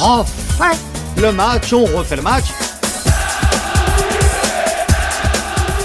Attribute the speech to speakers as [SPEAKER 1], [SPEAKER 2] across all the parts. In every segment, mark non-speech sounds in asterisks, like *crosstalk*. [SPEAKER 1] on fait le match, on refait le match.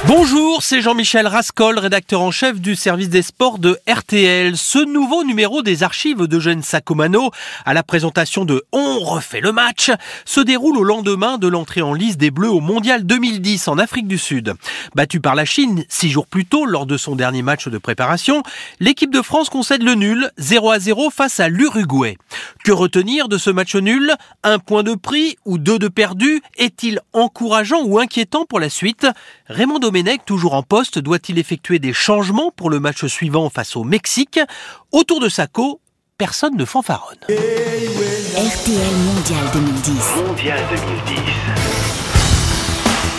[SPEAKER 2] Bonjour, c'est Jean-Michel Rascol, rédacteur en chef du service des sports de RTL. Ce nouveau numéro des archives d'Eugène Sacomano, à la présentation de On refait le match, se déroule au lendemain de l'entrée en lice des Bleus au Mondial 2010 en Afrique du Sud. Battu par la Chine six jours plus tôt lors de son dernier match de préparation, l'équipe de France concède le nul 0 à 0 face à l'Uruguay. Que retenir de ce match nul Un point de prix ou deux de perdu Est-il encourageant ou inquiétant pour la suite Raymond Domé Domenech, toujours en poste, doit-il effectuer des changements pour le match suivant face au Mexique Autour de Sacco, personne ne fanfaronne.
[SPEAKER 3] RTL Mondial 2010.
[SPEAKER 4] Mondial 2010.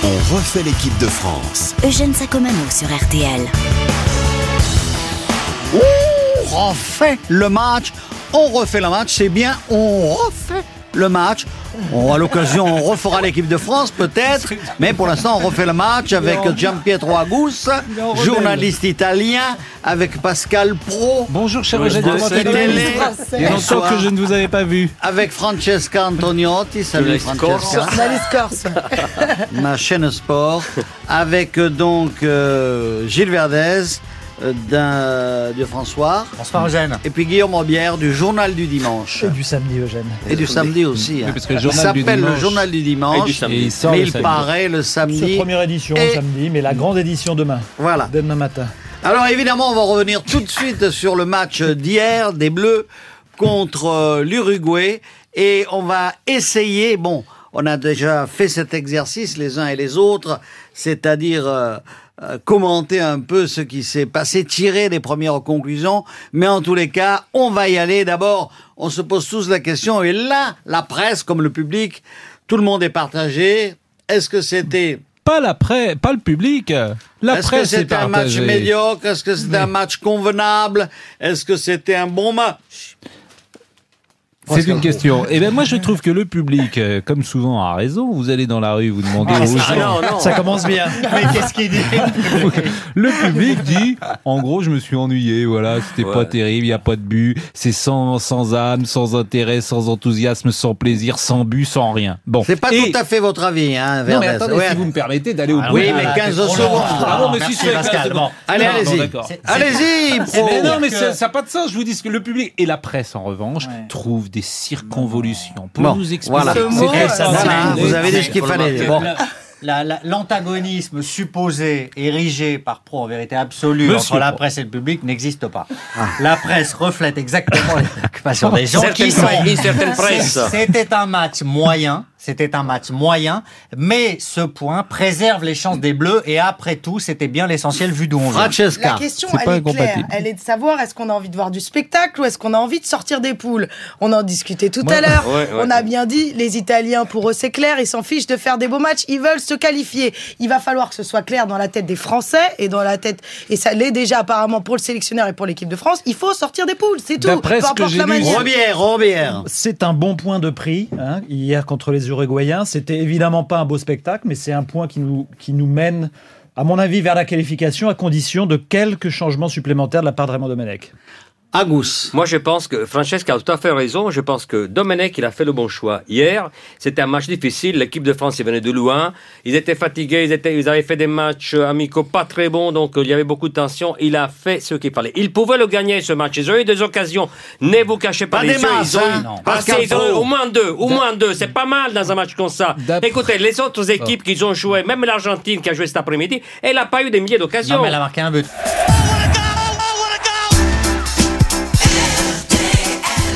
[SPEAKER 5] On refait l'équipe de France.
[SPEAKER 3] Eugène Sacomano sur RTL.
[SPEAKER 1] Ouh, on fait le match, on refait le match, c'est bien, on refait le match. On, à l'occasion, on refera l'équipe de France, peut-être. Mais pour l'instant, on refait le match avec Gianpietro Agus, journaliste italien, avec Pascal Pro.
[SPEAKER 6] Bonjour, cher
[SPEAKER 1] Eugène,
[SPEAKER 6] Eugène.
[SPEAKER 1] comment allez-vous
[SPEAKER 6] Il y a longtemps que je ne vous avais pas vu.
[SPEAKER 1] Avec Francesca Antoniotti, salut Francesca, *laughs* ma chaîne sport, avec euh, donc euh, Gilles Verdez euh, d'un- de François,
[SPEAKER 7] Bonsoir Eugène.
[SPEAKER 1] et puis Guillaume Robière du Journal du Dimanche,
[SPEAKER 7] Du samedi Eugène.
[SPEAKER 1] et du samedi aussi. hein.
[SPEAKER 6] parce que le
[SPEAKER 1] Il
[SPEAKER 6] journal du
[SPEAKER 1] s'appelle le
[SPEAKER 6] dimanche-
[SPEAKER 1] Journal du Dimanche,
[SPEAKER 6] Et il sort
[SPEAKER 1] mais
[SPEAKER 6] le
[SPEAKER 1] il
[SPEAKER 6] samedi.
[SPEAKER 1] paraît le
[SPEAKER 7] C'est
[SPEAKER 1] samedi.
[SPEAKER 7] première édition
[SPEAKER 1] Et- Mm. Ah.
[SPEAKER 7] samedi, mais la grande édition demain.
[SPEAKER 1] Voilà.
[SPEAKER 7] Demain matin.
[SPEAKER 1] Alors évidemment, on va revenir tout de suite sur le match d'hier des Bleus contre euh, l'Uruguay et on va essayer, bon, on a déjà fait cet exercice les uns et les autres, c'est-à-dire euh, euh, commenter un peu ce qui s'est passé, tirer les premières conclusions, mais en tous les cas, on va y aller. D'abord, on se pose tous la question et là, la presse comme le public, tout le monde est partagé. Est-ce que c'était
[SPEAKER 6] Pas la presse, pas le public. La
[SPEAKER 1] est-ce que
[SPEAKER 6] presse est
[SPEAKER 1] c'était un match
[SPEAKER 6] partagée.
[SPEAKER 1] médiocre Est-ce que c'était un match convenable Est-ce que c'était un bon
[SPEAKER 6] Ah,
[SPEAKER 1] match
[SPEAKER 6] C'est une question. Et ben moi je trouve que le public, euh, comme souvent a raison, vous allez dans la rue, vous demandez
[SPEAKER 1] Ah,
[SPEAKER 6] aux gens.
[SPEAKER 1] Oh
[SPEAKER 7] Ça
[SPEAKER 1] *laughs*
[SPEAKER 7] commence bien.
[SPEAKER 1] Mais qu'est-ce qu'il dit
[SPEAKER 6] *laughs* Le public dit, en gros, je me suis ennuyé, voilà, c'était pas terrible, il y a pas de but, c'est sans, sans âme, sans intérêt, sans enthousiasme, sans plaisir, sans but, sans rien. Bon.
[SPEAKER 1] C'est pas
[SPEAKER 6] Et-
[SPEAKER 1] tout à fait votre avis, hein,
[SPEAKER 6] Non, mais
[SPEAKER 1] Verdez.
[SPEAKER 6] attendez,
[SPEAKER 1] Ouais.
[SPEAKER 6] si vous me permettez d'aller au bout.
[SPEAKER 1] oui, mais 15 secondes.
[SPEAKER 6] Bravo, monsieur Suez, 15 secondes.
[SPEAKER 1] Allez,
[SPEAKER 6] Non, non,
[SPEAKER 1] allez-y.
[SPEAKER 6] d'accord.
[SPEAKER 1] Allez-y,
[SPEAKER 6] Eh
[SPEAKER 1] pro.
[SPEAKER 6] ben non, mais ça n'a pas de sens. Je vous dis ce que le public et la presse, en revanche, trouvent des circonvolutions pour
[SPEAKER 1] Bon,
[SPEAKER 6] nous expliquer. euh,
[SPEAKER 1] voilà.
[SPEAKER 6] C'est-
[SPEAKER 1] C'est-
[SPEAKER 6] c'est-
[SPEAKER 1] ça,
[SPEAKER 6] c'est-
[SPEAKER 1] voilà,
[SPEAKER 6] c'est-
[SPEAKER 1] vous avez dit ce qu'il fallait. Bon.
[SPEAKER 8] La- la- L'antagonisme supposé, érigé par Pro en vérité absolue
[SPEAKER 6] Monsieur
[SPEAKER 8] entre la
[SPEAKER 6] Pro.
[SPEAKER 8] presse et le public n'existe pas.
[SPEAKER 1] Ah.
[SPEAKER 8] La presse reflète exactement les préoccupations des gens qui sont. C'est- C'était un match moyen, c'était un match moyen, mais ce point préserve les chances des Bleus et après tout, c'était bien l'essentiel vu d'où on vient.
[SPEAKER 9] La
[SPEAKER 1] Francesca.
[SPEAKER 9] question,
[SPEAKER 6] C'est
[SPEAKER 9] elle
[SPEAKER 6] pas
[SPEAKER 9] est claire.
[SPEAKER 6] incompatible.
[SPEAKER 9] Elle est de savoir est-ce qu'on a envie de voir du spectacle ou est-ce qu'on a envie de sortir des poules. On en discutait tout
[SPEAKER 6] *laughs*
[SPEAKER 9] à l'heure. On a bien dit, les Italiens, pour eux, c'est clair, ils s'en fichent de faire des beaux matchs. Ils veulent se qualifier. Il va falloir que ce soit clair dans la tête des Français et dans la tête. Et ça l'est déjà apparemment pour le sélectionneur et pour l'équipe de France. Il faut sortir des poules, c'est tout.
[SPEAKER 6] D'après
[SPEAKER 9] Peu
[SPEAKER 6] ce que
[SPEAKER 9] importe
[SPEAKER 6] j'ai
[SPEAKER 9] la
[SPEAKER 6] lu-
[SPEAKER 9] manière.
[SPEAKER 1] Robière, Robière.
[SPEAKER 7] C'est un bon point de prix hein, hier contre les Uruguayens. C'était évidemment pas un beau spectacle, mais c'est un point qui nous, qui nous mène, à mon avis, vers la qualification à condition de quelques changements supplémentaires de la part de Raymond Domenech.
[SPEAKER 1] Agus.
[SPEAKER 10] Moi, je pense que Francesca a tout à fait raison. Je pense que Domenech, il a fait le bon choix. Hier, c'était un match difficile. L'équipe de France, ils venaient de loin. Ils étaient fatigués. Ils, étaient, ils avaient fait des matchs euh, amicaux pas très bons. Donc, euh, il y avait beaucoup de tension. Il a fait ce qu'il fallait. Ils pouvaient le gagner, ce match. Ils ont eu des occasions. Ne vous cachez pas,
[SPEAKER 1] Pas
[SPEAKER 10] les
[SPEAKER 1] des
[SPEAKER 10] yeux.
[SPEAKER 1] masses,
[SPEAKER 10] Ils ont
[SPEAKER 1] hein.
[SPEAKER 10] eu-
[SPEAKER 1] Non.
[SPEAKER 10] Parce
[SPEAKER 1] Pascal
[SPEAKER 10] qu'ils ont eu
[SPEAKER 1] Pro.
[SPEAKER 10] au moins deux. Au moins deux. C'est pas mal dans un match comme ça.
[SPEAKER 6] D'après-
[SPEAKER 10] Écoutez, les autres équipes qu'ils ont joué, même l'Argentine qui a joué cet après-midi, elle n'a pas eu des milliers d'occasions.
[SPEAKER 8] Non, mais elle a marqué un but.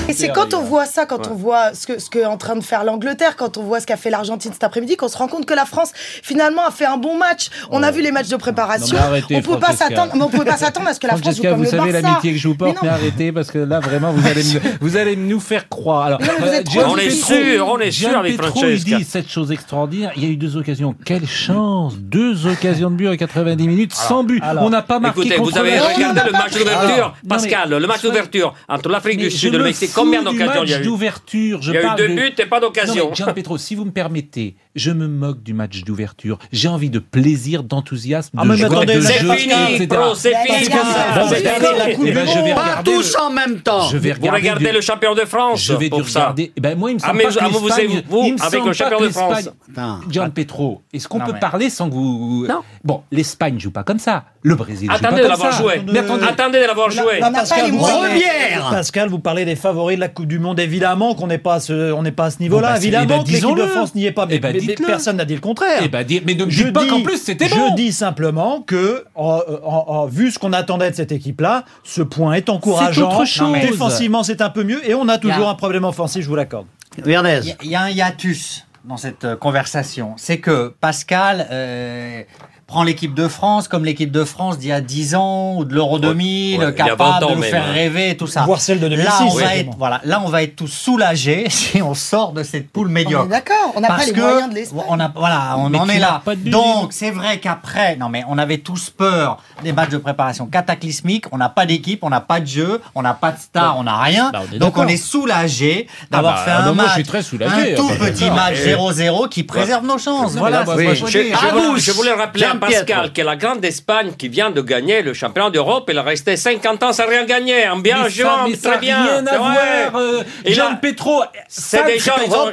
[SPEAKER 9] Et c'est quand on voit ça, quand on voit ce que, ce que est en train de faire l'Angleterre, quand on voit ce qu'a fait l'Argentine cet après-midi, qu'on se rend compte que la France finalement a fait un bon match. On a vu les matchs de préparation.
[SPEAKER 6] Non, mais arrêtez,
[SPEAKER 9] on peut pas
[SPEAKER 6] Francesca.
[SPEAKER 9] s'attendre, mais on pouvait pas s'attendre à ce que la France joue
[SPEAKER 6] Francesca,
[SPEAKER 9] comme
[SPEAKER 6] vous
[SPEAKER 9] le
[SPEAKER 6] savez
[SPEAKER 9] Barça.
[SPEAKER 6] l'amitié que je vous porte,
[SPEAKER 9] Mais
[SPEAKER 6] mais
[SPEAKER 9] non.
[SPEAKER 6] arrêtez parce que là vraiment vous allez me- *laughs* vous allez nous faire croire. Alors,
[SPEAKER 9] mais vous
[SPEAKER 6] euh,
[SPEAKER 9] êtes
[SPEAKER 6] Gian
[SPEAKER 9] trop- On est
[SPEAKER 6] Pietro-
[SPEAKER 10] sûr, on est
[SPEAKER 6] Gian
[SPEAKER 10] sûr avec
[SPEAKER 6] Pietro,
[SPEAKER 10] Francesca.
[SPEAKER 6] Il dit cette chose extraordinaire. Il y a eu deux occasions. Quelle chance Deux occasions de but en 90 minutes sans but.
[SPEAKER 7] alors,
[SPEAKER 6] on n'a pas marqué
[SPEAKER 10] Écoutez,
[SPEAKER 6] contre
[SPEAKER 10] vous avez
[SPEAKER 6] la Chine. Ah,
[SPEAKER 10] regardé le match d'ouverture,
[SPEAKER 6] mais-
[SPEAKER 10] Pascal, le match
[SPEAKER 6] Soyez-
[SPEAKER 10] d'ouverture entre l'Afrique
[SPEAKER 6] Mais
[SPEAKER 10] du
[SPEAKER 6] je
[SPEAKER 10] Sud et le
[SPEAKER 6] le
[SPEAKER 10] Mexique.
[SPEAKER 6] sais,
[SPEAKER 10] Combien
[SPEAKER 6] du
[SPEAKER 10] d'occasions il y a
[SPEAKER 6] match
[SPEAKER 10] eu
[SPEAKER 6] d'ouverture. je
[SPEAKER 10] Il y a eu
[SPEAKER 6] parle
[SPEAKER 10] deux
[SPEAKER 6] de-
[SPEAKER 10] buts et pas d'occasion.
[SPEAKER 6] Non, mais Gian Petro, si vous me permettez, je me moque du match d'ouverture. J'ai envie de plaisir, d'enthousiasme,
[SPEAKER 7] Ah,
[SPEAKER 6] de
[SPEAKER 7] mais
[SPEAKER 6] joie,
[SPEAKER 7] attendez,
[SPEAKER 6] de
[SPEAKER 7] c'est
[SPEAKER 6] jeu,
[SPEAKER 10] fini,
[SPEAKER 6] etc.
[SPEAKER 10] pro, c'est
[SPEAKER 6] Parce
[SPEAKER 10] fini,
[SPEAKER 6] que-
[SPEAKER 10] comme ça.
[SPEAKER 6] Bon,
[SPEAKER 10] Cette
[SPEAKER 6] ben,
[SPEAKER 10] année, la
[SPEAKER 6] eh
[SPEAKER 10] Coupe
[SPEAKER 6] ben,
[SPEAKER 10] du
[SPEAKER 6] je vais
[SPEAKER 1] Pas
[SPEAKER 6] regarder
[SPEAKER 1] tous en même temps.
[SPEAKER 6] Je vais
[SPEAKER 10] Vous
[SPEAKER 6] regarder
[SPEAKER 10] regardez
[SPEAKER 6] du-
[SPEAKER 10] le champion de France
[SPEAKER 6] Je vais
[SPEAKER 10] pour
[SPEAKER 6] du
[SPEAKER 10] ça.
[SPEAKER 6] regarder. Ben moi, il me
[SPEAKER 10] Ah,
[SPEAKER 6] semble
[SPEAKER 10] mais
[SPEAKER 6] pas que
[SPEAKER 10] ah, vous, vous
[SPEAKER 6] l'Espagne-
[SPEAKER 10] avez- vous,
[SPEAKER 6] il me
[SPEAKER 10] avec
[SPEAKER 6] semble
[SPEAKER 10] le champion
[SPEAKER 6] pas que
[SPEAKER 10] de France.
[SPEAKER 6] l'Espagne-
[SPEAKER 1] Putain.
[SPEAKER 6] Gian Petro, est-ce qu'on
[SPEAKER 8] Non,
[SPEAKER 6] peut
[SPEAKER 8] mais-
[SPEAKER 6] parler sans que vous
[SPEAKER 10] Non.
[SPEAKER 6] Bon, l'Espagne joue pas comme ça. Le Brésil joue
[SPEAKER 10] Attendez de
[SPEAKER 6] pas comme
[SPEAKER 10] l'avoir
[SPEAKER 6] ça.
[SPEAKER 10] joué.
[SPEAKER 6] Mais attendez,
[SPEAKER 10] Attendez de l'avoir joué.
[SPEAKER 9] n'a
[SPEAKER 7] Là,
[SPEAKER 9] pas
[SPEAKER 7] Pascal,
[SPEAKER 9] les
[SPEAKER 7] vous
[SPEAKER 9] moyens.
[SPEAKER 7] parlez-
[SPEAKER 1] Première.
[SPEAKER 7] Pascal, vous parlez des favoris de la Coupe du Monde. Évidemment qu'on n'est pas à ce, on n'est pas à ce niveau-là.
[SPEAKER 6] Bon, bah, c'est-
[SPEAKER 7] Évidemment
[SPEAKER 6] eh ben,
[SPEAKER 7] que l'équipe de
[SPEAKER 6] disons-le.
[SPEAKER 7] France n'y est pas. Mais,
[SPEAKER 6] Eh ben,
[SPEAKER 7] mais- mais
[SPEAKER 6] dites-le.
[SPEAKER 7] personne n'a dit le contraire.
[SPEAKER 6] Eh ben, dis- mais ne me
[SPEAKER 7] Je
[SPEAKER 6] dites pas
[SPEAKER 7] dis-
[SPEAKER 6] qu'en plus, c'était
[SPEAKER 7] je
[SPEAKER 6] bon.
[SPEAKER 7] dis simplement que, en- en- en- vu ce qu'on attendait de cette équipe-là, ce point est encourageant.
[SPEAKER 6] autre chose.
[SPEAKER 7] Non, mais- Défensivement, c'est un peu mieux, et on a toujours
[SPEAKER 8] Yeah.
[SPEAKER 7] un problème offensif. Je vous l'accorde.
[SPEAKER 1] Vernez.
[SPEAKER 8] Il y a- il y, a un hiatus dans cette euh, conversation. C'est que Pascal euh, prend l'équipe de France comme l'équipe de France d'il y a 10 ans ou de l'Euro 2000,
[SPEAKER 10] ouais, il y a 20
[SPEAKER 8] capable
[SPEAKER 10] ans
[SPEAKER 8] de nous
[SPEAKER 10] même,
[SPEAKER 8] faire
[SPEAKER 10] hein.
[SPEAKER 8] rêver et tout ça.
[SPEAKER 7] Voire celle de 2006,
[SPEAKER 8] Là, on, va
[SPEAKER 7] évidemment.
[SPEAKER 8] être, voilà, là, on va être tous soulagés *laughs* si on sort de cette poule
[SPEAKER 9] On est
[SPEAKER 8] médiocre.
[SPEAKER 9] d'accord, on n'a pas
[SPEAKER 8] Parce
[SPEAKER 9] les
[SPEAKER 8] que
[SPEAKER 9] moyens de l'Espagne.
[SPEAKER 8] On a, voilà, on
[SPEAKER 6] Mais
[SPEAKER 8] en
[SPEAKER 6] tu
[SPEAKER 8] est
[SPEAKER 6] n'as
[SPEAKER 8] là.
[SPEAKER 6] pas de but.
[SPEAKER 8] Donc, c'est vrai qu'après, non mais on avait tous peur des matchs de préparation cataclysmiques. On n'a pas d'équipe, on n'a pas de jeu, on n'a pas de star, on n'a rien.
[SPEAKER 6] Bah, on est
[SPEAKER 8] Donc,
[SPEAKER 6] d'accord.
[SPEAKER 8] on est soulagé d'avoir
[SPEAKER 6] bah,
[SPEAKER 8] fait
[SPEAKER 6] ah,
[SPEAKER 8] un
[SPEAKER 6] bah, moi,
[SPEAKER 8] match,
[SPEAKER 6] je suis très soulagé,
[SPEAKER 8] un
[SPEAKER 6] ah,
[SPEAKER 8] tout
[SPEAKER 6] bah,
[SPEAKER 8] petit
[SPEAKER 6] d'accord.
[SPEAKER 8] match 0-0 qui préserve nos chances.
[SPEAKER 6] Non,
[SPEAKER 8] Voilà.
[SPEAKER 6] mais là,
[SPEAKER 8] c'est-
[SPEAKER 6] moi,
[SPEAKER 1] Oui.
[SPEAKER 6] je-
[SPEAKER 10] Je, je
[SPEAKER 1] À
[SPEAKER 10] voulais,
[SPEAKER 1] vous,
[SPEAKER 10] je voulais rappeler à
[SPEAKER 1] Gian Pietro.
[SPEAKER 10] Pascal que la grande Espagne qui vient de gagner le championnat d'Europe, elle a resté 50 ans sans rien gagner, en bien
[SPEAKER 6] Mais
[SPEAKER 10] jouant,
[SPEAKER 6] ça, mais ça
[SPEAKER 10] très
[SPEAKER 6] n'a
[SPEAKER 10] bien.
[SPEAKER 6] rien
[SPEAKER 10] c'est
[SPEAKER 6] à
[SPEAKER 10] vrai.
[SPEAKER 6] voir. euh,
[SPEAKER 10] Et
[SPEAKER 6] Gian
[SPEAKER 10] là,
[SPEAKER 6] Petro,
[SPEAKER 10] C'est des gens, ils ont-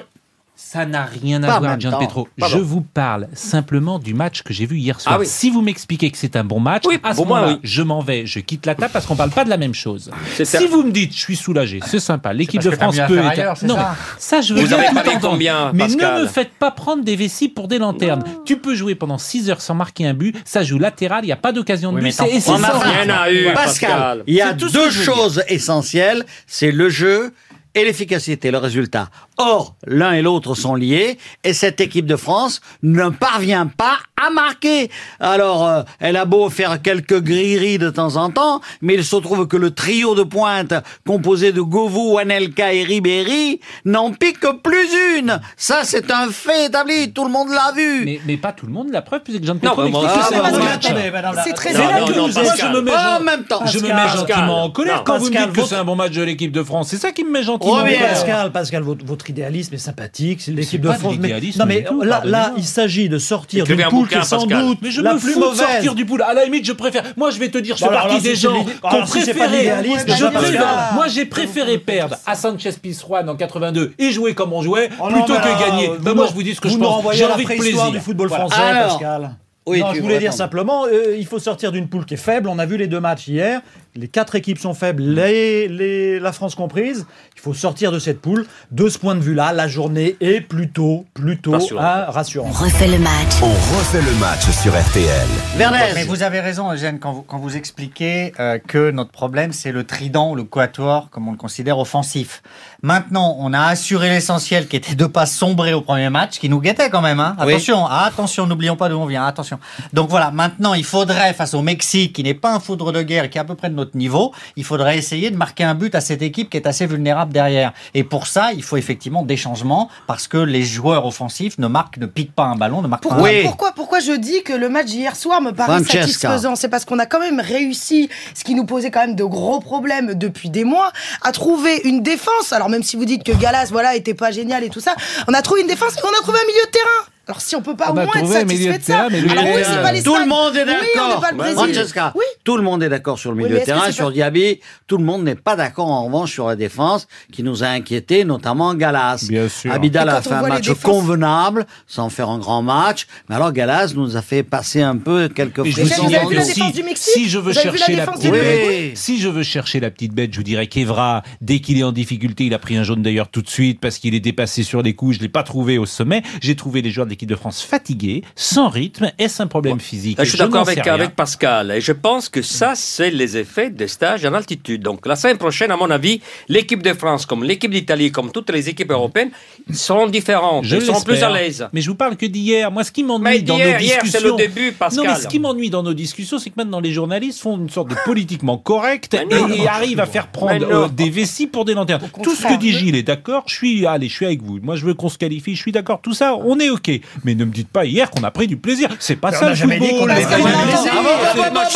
[SPEAKER 6] Ça n'a rien à
[SPEAKER 1] Pas en
[SPEAKER 6] voir,
[SPEAKER 1] même
[SPEAKER 6] Gian
[SPEAKER 1] temps.
[SPEAKER 6] Petro.
[SPEAKER 10] Pardon.
[SPEAKER 6] Je vous parle simplement du match que j'ai vu hier soir.
[SPEAKER 10] Ah oui.
[SPEAKER 6] Si vous m'expliquez que c'est un bon match,
[SPEAKER 10] Oui,
[SPEAKER 6] à ce
[SPEAKER 10] pour moi,
[SPEAKER 6] moment-là,
[SPEAKER 10] oui. Ah,
[SPEAKER 6] je m'en vais, je quitte la table parce qu'on parle pas de la même chose.
[SPEAKER 10] C'est ça.
[SPEAKER 6] Si vous me dites, je suis soulagé, c'est sympa. L'équipe
[SPEAKER 8] parce
[SPEAKER 6] de
[SPEAKER 8] que t'as
[SPEAKER 6] France
[SPEAKER 8] mieux à
[SPEAKER 6] peut.
[SPEAKER 8] faire
[SPEAKER 6] être-
[SPEAKER 8] ailleurs, c'est
[SPEAKER 6] non,
[SPEAKER 8] ça
[SPEAKER 6] mais ça, je veux
[SPEAKER 10] Vous
[SPEAKER 6] bien
[SPEAKER 10] avez
[SPEAKER 6] tout
[SPEAKER 10] parié
[SPEAKER 6] entendre.
[SPEAKER 10] combien,
[SPEAKER 6] Mais
[SPEAKER 10] Pascal
[SPEAKER 6] ne me faites pas prendre des vessies pour des lanternes. Tu peux jouer pendant 6 heures sans marquer un but. Ça joue latéral, il n'y a pas d'occasion de
[SPEAKER 8] Oui,
[SPEAKER 6] but.
[SPEAKER 8] mais
[SPEAKER 6] C'est- et c'est
[SPEAKER 1] On
[SPEAKER 6] ça.
[SPEAKER 1] a-
[SPEAKER 10] rien à eu, Pascal.
[SPEAKER 1] Pascal, il y a
[SPEAKER 6] C'est tout ce
[SPEAKER 1] deux
[SPEAKER 6] que je veux dire.
[SPEAKER 1] choses essentielles, c'est le jeu et l'efficacité, le résultat. Or, l'un et l'autre sont liés, et cette équipe de France ne parvient pas à marquer. Alors, euh, elle a beau faire quelques grilleries de temps en temps, mais il se trouve que le trio de pointe composé de Govou, Anelka et Ribéry n'en pique plus une. Ça, c'est un fait établi, tout le monde l'a vu.
[SPEAKER 6] Mais, mais pas tout le monde, la preuve, puisque Jean
[SPEAKER 10] Non,
[SPEAKER 6] Petro
[SPEAKER 10] mais bon,
[SPEAKER 6] explique que
[SPEAKER 1] ah,
[SPEAKER 6] c'est
[SPEAKER 1] bah,
[SPEAKER 6] un bon
[SPEAKER 1] oui,
[SPEAKER 6] match.
[SPEAKER 7] attendez, madame la-
[SPEAKER 9] C'est très
[SPEAKER 7] C'est
[SPEAKER 10] Non,
[SPEAKER 7] là
[SPEAKER 10] non,
[SPEAKER 7] que
[SPEAKER 10] non, Ah,
[SPEAKER 7] vous
[SPEAKER 6] Moi,
[SPEAKER 7] êtes-
[SPEAKER 6] je me mets,
[SPEAKER 1] Pas
[SPEAKER 6] gen-
[SPEAKER 1] Oh, en même temps.
[SPEAKER 6] je me
[SPEAKER 7] Pascal.
[SPEAKER 6] mets gentiment en colère
[SPEAKER 10] Non.
[SPEAKER 6] quand vous me
[SPEAKER 7] Pascal,
[SPEAKER 6] dites que
[SPEAKER 7] votre-
[SPEAKER 6] c'est un bon match de l'équipe de France. C'est ça qui me met gentiment en
[SPEAKER 1] Robert.
[SPEAKER 6] colère.
[SPEAKER 7] Pascal, Pascal, votre, votre idéalisme est sympathique. C'est l'équipe
[SPEAKER 6] C'est
[SPEAKER 7] de
[SPEAKER 6] pas de
[SPEAKER 7] France. mais-
[SPEAKER 6] l'idéalisme
[SPEAKER 7] non, mais
[SPEAKER 6] du tout,
[SPEAKER 7] là,
[SPEAKER 6] pardonnez-moi.
[SPEAKER 7] là, il s'agit de sortir
[SPEAKER 10] Écrivez
[SPEAKER 7] d'une
[SPEAKER 10] un
[SPEAKER 7] poule qui
[SPEAKER 10] bouquin,
[SPEAKER 6] Ah,
[SPEAKER 7] est sans
[SPEAKER 10] Pascal.
[SPEAKER 7] doute
[SPEAKER 6] Mais je
[SPEAKER 7] la
[SPEAKER 6] me
[SPEAKER 7] plus
[SPEAKER 6] fous de
[SPEAKER 7] mauvaise.
[SPEAKER 6] sortir du poule. À la limite, je préfère. Moi, je vais te dire, je fais
[SPEAKER 7] Bah, alors
[SPEAKER 6] partie
[SPEAKER 7] là,
[SPEAKER 6] des
[SPEAKER 7] si
[SPEAKER 6] gens
[SPEAKER 7] c'est l'idée-
[SPEAKER 6] qu'on
[SPEAKER 7] alors, si c'est pas
[SPEAKER 6] préférait.
[SPEAKER 7] l'idéalisme,
[SPEAKER 6] Je
[SPEAKER 7] Pascal.
[SPEAKER 6] préfère. Moi, j'ai préféré perdre à Sanchez Pizjuan en 82 et jouer comme on jouait
[SPEAKER 7] Oh non,
[SPEAKER 6] plutôt
[SPEAKER 7] mais
[SPEAKER 6] que
[SPEAKER 7] là,
[SPEAKER 6] gagner.
[SPEAKER 7] vous
[SPEAKER 6] Bah,
[SPEAKER 7] nous-
[SPEAKER 6] moi, je vous dis ce que
[SPEAKER 7] vous
[SPEAKER 6] je
[SPEAKER 7] nous
[SPEAKER 6] pense.
[SPEAKER 7] renvoyez
[SPEAKER 6] J'ai
[SPEAKER 7] à la
[SPEAKER 6] envie de
[SPEAKER 7] préhistoire
[SPEAKER 6] plaisir.
[SPEAKER 7] du football
[SPEAKER 6] Voilà.
[SPEAKER 7] français,
[SPEAKER 1] Alors,
[SPEAKER 7] Pascal.
[SPEAKER 1] oui,
[SPEAKER 7] non,
[SPEAKER 1] tu
[SPEAKER 7] je voulais
[SPEAKER 1] veux
[SPEAKER 7] dire
[SPEAKER 1] répondre.
[SPEAKER 7] simplement, euh, il faut sortir d'une poule qui est faible. On a vu les deux matchs hier. Les quatre équipes sont faibles, les, les- la France comprise. Il faut sortir de cette poule. De ce point de vue-là, la journée est plutôt, plutôt
[SPEAKER 10] Rassurante.
[SPEAKER 7] hein, rassurante.
[SPEAKER 3] On refait le match.
[SPEAKER 5] On refait le match sur RTL.
[SPEAKER 1] Vernez.
[SPEAKER 8] Mais vous avez raison, Eugène, quand vous, quand vous expliquez euh, que notre problème, c'est le trident, le quatuor, comme on le considère, offensif. Maintenant, on a assuré l'essentiel qui était de pas sombrer au premier match, qui nous guettait quand même. hein. Attention, attention, n'oublions pas d'où on vient, attention. Donc voilà, maintenant, il faudrait, face au Mexique, qui n'est pas un foudre de guerre, qui est à peu près de notre niveau, il faudrait essayer de marquer un but à cette équipe qui est assez vulnérable derrière. Et pour ça, il faut effectivement des changements, parce que les joueurs offensifs ne marquent, ne piquent pas un ballon, ne marquent pas un
[SPEAKER 9] Pourquoi,
[SPEAKER 1] Oui.
[SPEAKER 9] pourquoi, pourquoi je dis que le match d'hier soir me paraît
[SPEAKER 1] Francesca.
[SPEAKER 9] satisfaisant C'est parce qu'on a quand même réussi, ce qui nous posait quand même de gros problèmes depuis des mois, à trouver une défense. Alors même si vous dites que Galas, voilà, était pas génial et tout ça, on a trouvé une défense et on a trouvé un milieu de terrain. Alors si on peut
[SPEAKER 6] On
[SPEAKER 9] pas au
[SPEAKER 6] a
[SPEAKER 9] moins être
[SPEAKER 6] trouvé un milieu
[SPEAKER 9] satisfait
[SPEAKER 6] de
[SPEAKER 9] de ça.
[SPEAKER 6] terrain, mais le
[SPEAKER 9] Alors
[SPEAKER 6] milieu
[SPEAKER 9] Ah oui,
[SPEAKER 6] de
[SPEAKER 9] c'est
[SPEAKER 6] terrain.
[SPEAKER 9] pas l'Espagne.
[SPEAKER 1] Tout le monde est
[SPEAKER 9] Oui, on n'est
[SPEAKER 1] d'accord.
[SPEAKER 9] pas le Brésil.
[SPEAKER 1] Francesca,
[SPEAKER 9] Oui.
[SPEAKER 1] tout le monde est d'accord sur le
[SPEAKER 9] Oui,
[SPEAKER 1] milieu
[SPEAKER 9] mais
[SPEAKER 1] de
[SPEAKER 9] est-ce que
[SPEAKER 1] terrain,
[SPEAKER 9] c'est
[SPEAKER 1] sur
[SPEAKER 9] pas-
[SPEAKER 1] Diaby. Tout le monde n'est pas d'accord en revanche sur la défense qui nous a inquiétés, notamment Galas.
[SPEAKER 6] Bien sûr.
[SPEAKER 1] Abidal
[SPEAKER 9] Et quand
[SPEAKER 1] a fait
[SPEAKER 9] on
[SPEAKER 1] un
[SPEAKER 9] voit les
[SPEAKER 1] match
[SPEAKER 9] défenses-
[SPEAKER 1] convenable, sans faire un grand match. Mais alors Galas nous a fait passer un peu quelques
[SPEAKER 6] Mais je
[SPEAKER 9] Mais
[SPEAKER 6] vous
[SPEAKER 9] vous
[SPEAKER 6] en
[SPEAKER 9] avez vu la
[SPEAKER 6] si-
[SPEAKER 9] défense du Mexique
[SPEAKER 6] Si je veux
[SPEAKER 9] Vous avez vu la
[SPEAKER 6] chercher la
[SPEAKER 9] défense
[SPEAKER 6] petite
[SPEAKER 1] du
[SPEAKER 6] bête,
[SPEAKER 1] Mexique
[SPEAKER 6] si je veux chercher la petite bête, je vous dirais qu'Evra, dès qu'il est en difficulté, il a pris un jaune d'ailleurs tout de suite parce qu'il est dépassé sur les coups. Je l'ai pas trouvé au sommet. J'ai trouvé les joueurs de l'équipe de France fatigués, sans rythme. Est-ce un problème physique
[SPEAKER 10] Ah, Je suis d'accord
[SPEAKER 6] n'en sais
[SPEAKER 10] avec,
[SPEAKER 6] rien.
[SPEAKER 10] avec Pascal et je pense que ça, c'est les effets des stages en altitude. Donc la semaine prochaine, à mon avis, l'équipe de France, comme l'équipe d'Italie, comme toutes les équipes européennes, seront différentes.
[SPEAKER 6] Je
[SPEAKER 10] Elles seront plus à
[SPEAKER 6] l'espère.
[SPEAKER 10] l'aise.
[SPEAKER 6] Mais je vous parle que d'hier. Moi, ce qui
[SPEAKER 10] Mais
[SPEAKER 6] m'ennuie dans nos
[SPEAKER 10] d'hier, hier,
[SPEAKER 6] discussions.
[SPEAKER 10] c'est le début, Pascal.
[SPEAKER 6] Non, mais ce qui m'ennuie dans nos discussions, c'est que maintenant les journalistes font une sorte de politiquement correct et,
[SPEAKER 10] Mais non.
[SPEAKER 6] et arrivent à faire prendre
[SPEAKER 10] Mais non.
[SPEAKER 6] euh, des vessies pour des lanternes. Tout ce que dit Gilles est d'accord. Je suis, allez, je suis avec vous. Moi, je veux qu'on se qualifie. Je suis d'accord. Tout ça, on est ok. Mais ne me dites pas hier qu'on a pris du plaisir. C'est pas
[SPEAKER 7] Mais on
[SPEAKER 6] ça
[SPEAKER 7] n'a
[SPEAKER 6] le
[SPEAKER 7] jamais dit
[SPEAKER 6] football. bah,
[SPEAKER 7] qu'on avait
[SPEAKER 6] Parce qu'on
[SPEAKER 7] pris du
[SPEAKER 6] a
[SPEAKER 7] plaisir.
[SPEAKER 1] bah,
[SPEAKER 6] entendu,
[SPEAKER 7] Ah,
[SPEAKER 6] c'est le match